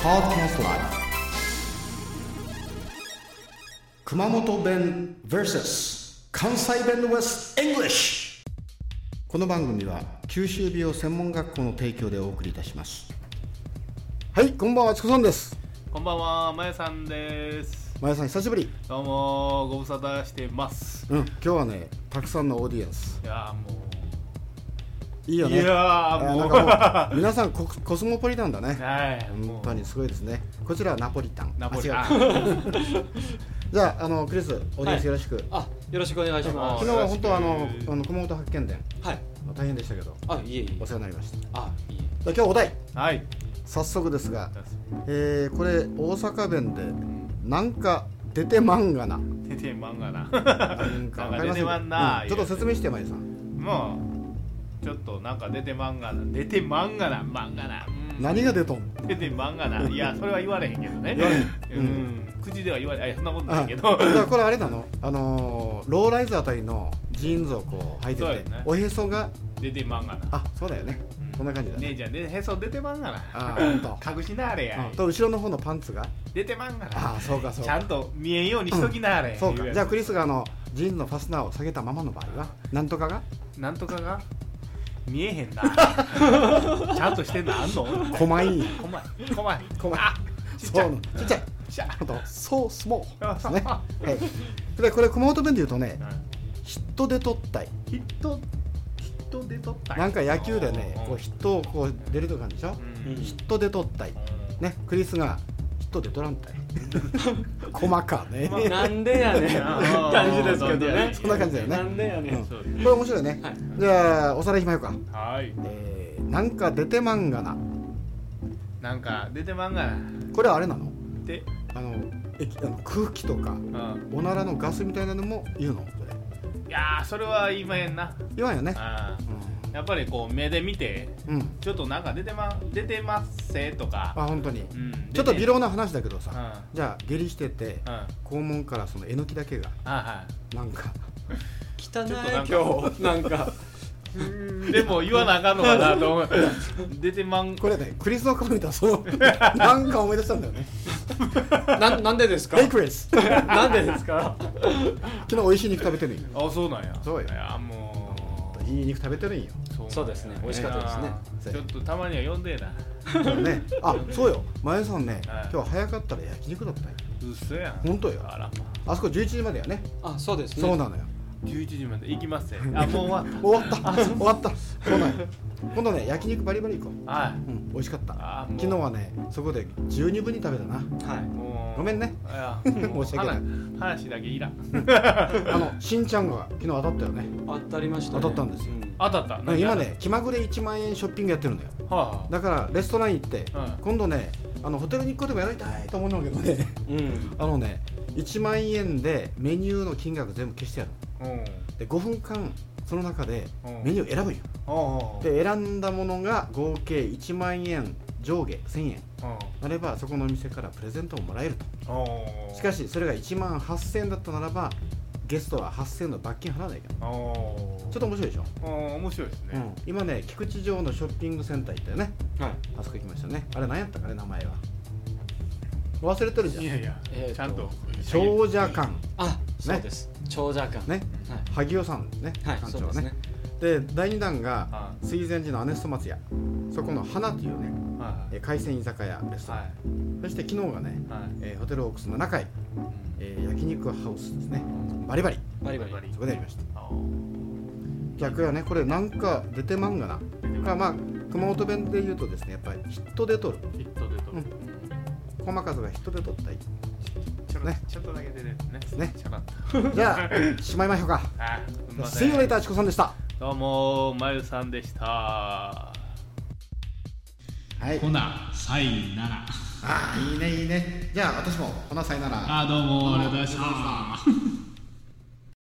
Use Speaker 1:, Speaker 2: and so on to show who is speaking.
Speaker 1: Podcast Live 熊本弁 vs 関西弁 West English この番組は九州美容専門学校の提供でお送りいたしますはいこんばんはつこさんです
Speaker 2: こんばんは、まやさんです。
Speaker 1: まやさん久しぶり
Speaker 2: どうも、ご無沙汰してます。
Speaker 1: うん今日はねたくさんのオーディエンス
Speaker 2: いやーも
Speaker 1: いいよ
Speaker 2: う、
Speaker 1: ね
Speaker 2: いやー
Speaker 1: あ
Speaker 2: も
Speaker 1: なん
Speaker 2: う、
Speaker 1: かもう皆さんココスモポリタンだね
Speaker 2: はい、も
Speaker 1: 本
Speaker 2: う
Speaker 1: 当にすごいですねこちらはナポリタン
Speaker 2: ナポリタ
Speaker 1: あ
Speaker 2: ン
Speaker 1: 違う。じゃああのクリスオーディエンスよろしく、
Speaker 3: あ、よろしくお願いしま
Speaker 2: あ
Speaker 3: す。
Speaker 1: 昨日は本当はあ
Speaker 2: よ
Speaker 1: の
Speaker 2: ろしく
Speaker 1: あの熊本発見伝
Speaker 3: はい。
Speaker 1: 大変でしたけど
Speaker 3: あ、いえいえ
Speaker 1: お。世話になりましたじゃ
Speaker 3: あ、いえいえ。
Speaker 1: あ今日お題
Speaker 2: はい。
Speaker 1: 早速ですが、えーこれ大阪弁でなんか出てまんがな
Speaker 2: 出てまんが な。
Speaker 1: なんかわかりません
Speaker 2: なんか出てまんな
Speaker 1: うんちょっと説明してまいさん
Speaker 2: もう、ちょっとなんか出てまんがな、出てまんがな、まんがな。うん
Speaker 1: 何が出とん
Speaker 2: 出てまんがな。いや、それは言われへんけどね。
Speaker 1: 言われへん
Speaker 2: うん、口では言われ、あ、そんなことない
Speaker 1: あ
Speaker 2: け
Speaker 1: だ
Speaker 2: ど
Speaker 1: か。らこれあれなのあのーローライズあたりのジーンズをこう履いて
Speaker 2: そう
Speaker 1: て、
Speaker 2: ですね
Speaker 1: おへそが
Speaker 2: 出てまんがな。
Speaker 1: あそうだよねこんな感じだね
Speaker 2: 姉ちゃん、でへそ出てまんがな。
Speaker 1: あ ーほんと
Speaker 2: 隠しなあれや
Speaker 1: うん。と後ろの方のパンツが
Speaker 2: 出てまんがな。
Speaker 1: ああそうかそう
Speaker 2: ちゃ
Speaker 1: か
Speaker 2: んと見えんようにしときなあれ、
Speaker 1: そうかじゃあクリ
Speaker 2: ス
Speaker 1: スがあのジーンズのファスナーを下げたままの場合はなんとかが
Speaker 2: なんとかが見えへ んなちゃんとしてんのあんの
Speaker 1: こまいんや
Speaker 2: こまいこまい
Speaker 1: こまい
Speaker 2: あちっち
Speaker 1: そ
Speaker 2: ゃ
Speaker 1: う
Speaker 2: い
Speaker 1: なちっちゃい
Speaker 2: ちゃ
Speaker 1: あとそうスモーですね
Speaker 2: は
Speaker 1: はいでこれ熊本弁で言うとねヒットで取ったい
Speaker 2: ヒットヒットで取った
Speaker 1: なんか野球でね
Speaker 2: うん
Speaker 1: こうヒットをこう出るとかあるでしょ
Speaker 2: うん
Speaker 1: ヒットで取ったいねクリスがヒットで取らんたい細かね
Speaker 2: まあ
Speaker 3: なんでやねん。 感じですけどね。
Speaker 1: そんな感じだよね
Speaker 3: なんでやねん。
Speaker 2: そう
Speaker 1: これ面白いね
Speaker 3: はい
Speaker 1: じゃあおさらいしましょうか
Speaker 2: はい
Speaker 1: えーなんか出てまんがな
Speaker 2: なんか出てまんがな
Speaker 1: これあれなの
Speaker 2: で、
Speaker 1: あの液あの空気とか
Speaker 2: うん、
Speaker 1: おならのガスみたいなのも言うのこれ
Speaker 2: いやーそれは今へんな
Speaker 1: 言わんよね
Speaker 2: あーやっぱりこう目で見て
Speaker 1: うん、うん、
Speaker 2: ちょっとなんか出てま出てますせとか
Speaker 1: あ本当に
Speaker 2: うん
Speaker 1: ちょっと微
Speaker 2: ロ
Speaker 1: 量な話だけど
Speaker 2: うん
Speaker 1: さ
Speaker 2: う
Speaker 1: じゃあ下痢してて
Speaker 2: ん
Speaker 1: 肛門からそのえのきだけが
Speaker 2: あ
Speaker 1: なん か
Speaker 3: 汚
Speaker 2: ちょっとなんか
Speaker 3: い今日なんか。
Speaker 2: はい、でも言わなあかんのかなと思う出てまん
Speaker 1: これねクリスの顔見たらそ のなんか思い出したんだよね
Speaker 3: なんなんでですか
Speaker 1: ヘイ。クリ ス昨
Speaker 3: なんでですか。
Speaker 1: 日美味しい肉食べてるんよ
Speaker 2: あそうなんや
Speaker 1: そうよ
Speaker 2: いやもう
Speaker 1: いい肉食べてるんよ
Speaker 2: そなんや
Speaker 3: そうですね美味しかったですね
Speaker 2: いやーちょっとたまには呼んでえな
Speaker 1: ねあそうよまゆさんね
Speaker 2: はい
Speaker 1: 今日は早かったら焼肉だったよ
Speaker 2: うっそやん
Speaker 1: 本当よ
Speaker 2: あらま
Speaker 1: あそこ11時までやね
Speaker 3: あ、そうですね。
Speaker 1: そうなのよ
Speaker 2: 11時まで行きますぜあもう終わっ
Speaker 1: 終わった終わったそうなんよ今度ね焼肉バリバリ行こう
Speaker 2: たは
Speaker 1: うん美味しかった
Speaker 2: あーも
Speaker 1: 昨
Speaker 2: う
Speaker 1: 日はねそこで十二分に食べた な
Speaker 2: い
Speaker 3: は
Speaker 2: もう
Speaker 1: ごめんね
Speaker 2: いや
Speaker 1: 申し訳ない
Speaker 2: 話話だけいらん
Speaker 1: あのしんちゃんが昨日当たったよね
Speaker 3: い。当たりましたね。
Speaker 1: 当たったんですよ
Speaker 3: う
Speaker 2: 当たった
Speaker 1: ね
Speaker 2: 何
Speaker 1: 今ね気まぐれ1万円ショッピングやってるんだよ
Speaker 2: は
Speaker 1: だからレストラン行って、
Speaker 2: うん
Speaker 1: 今度ねあのホテルに行くこともやりたいと思うんだけど ね
Speaker 3: うん。
Speaker 1: あのね1万円でメニューの金額全部消してやる
Speaker 2: あうん
Speaker 1: で5分間その中で
Speaker 2: うん
Speaker 1: メニュー選ぶんよ
Speaker 2: おうおう
Speaker 1: で選んだものが合計1万円上下1000円なればそこのお店からプレゼントをもらえると
Speaker 2: うんおう
Speaker 1: しかしそれが1万8000円だったならばゲストは8000円の罰金払わないから
Speaker 2: おお
Speaker 1: ちょっ
Speaker 2: と
Speaker 1: と面白いでしょ、
Speaker 2: 面白いです
Speaker 1: う
Speaker 2: ね
Speaker 1: ん、今ね菊池城のショッピングセンター行ったよね
Speaker 3: はい。
Speaker 1: あそこ行きましたねあれ何やったかね名前は忘れてるじゃ
Speaker 2: い
Speaker 1: ん
Speaker 2: やいや
Speaker 3: えーと
Speaker 2: ちゃんと
Speaker 1: 長者館
Speaker 3: あ、そうです。長者館。
Speaker 1: ね
Speaker 3: は
Speaker 1: 萩尾さんね
Speaker 3: い。はい。
Speaker 1: 館
Speaker 3: そ
Speaker 1: 長
Speaker 3: うで
Speaker 1: は
Speaker 3: す
Speaker 1: ね
Speaker 3: ね。
Speaker 1: で第2弾が
Speaker 2: は
Speaker 1: 水前寺のアネスト松屋そこの花というね
Speaker 2: いはい
Speaker 1: えー海鮮居酒屋です、
Speaker 2: は
Speaker 1: そして昨日がね、
Speaker 2: いはい
Speaker 1: えーホテルオークス7階、えー焼肉ハウスですねバリバリ
Speaker 3: バリバ
Speaker 2: バ
Speaker 3: リ。
Speaker 2: リ
Speaker 1: そこでやりました
Speaker 2: あー
Speaker 1: 逆やねこれなんか出てまんがなまあまあ熊本弁で言うとですねやっぱりヒットで取る
Speaker 2: ヒット出と
Speaker 1: うん細かさがヒットで取ったり
Speaker 2: ちょろ
Speaker 1: ね
Speaker 2: ちょっとだけ出てるね
Speaker 1: ね
Speaker 2: ちょろっと
Speaker 1: じゃあしまいましょうか
Speaker 2: あすいませ
Speaker 1: 水
Speaker 2: ん
Speaker 1: 曜レーターチコさんでした
Speaker 2: どうもまゆさんでした
Speaker 1: はい
Speaker 4: ほな、さいなら。
Speaker 1: ああいいねいいねじゃあ私もこなさいなら
Speaker 4: あ、どうも、ありがとうございました。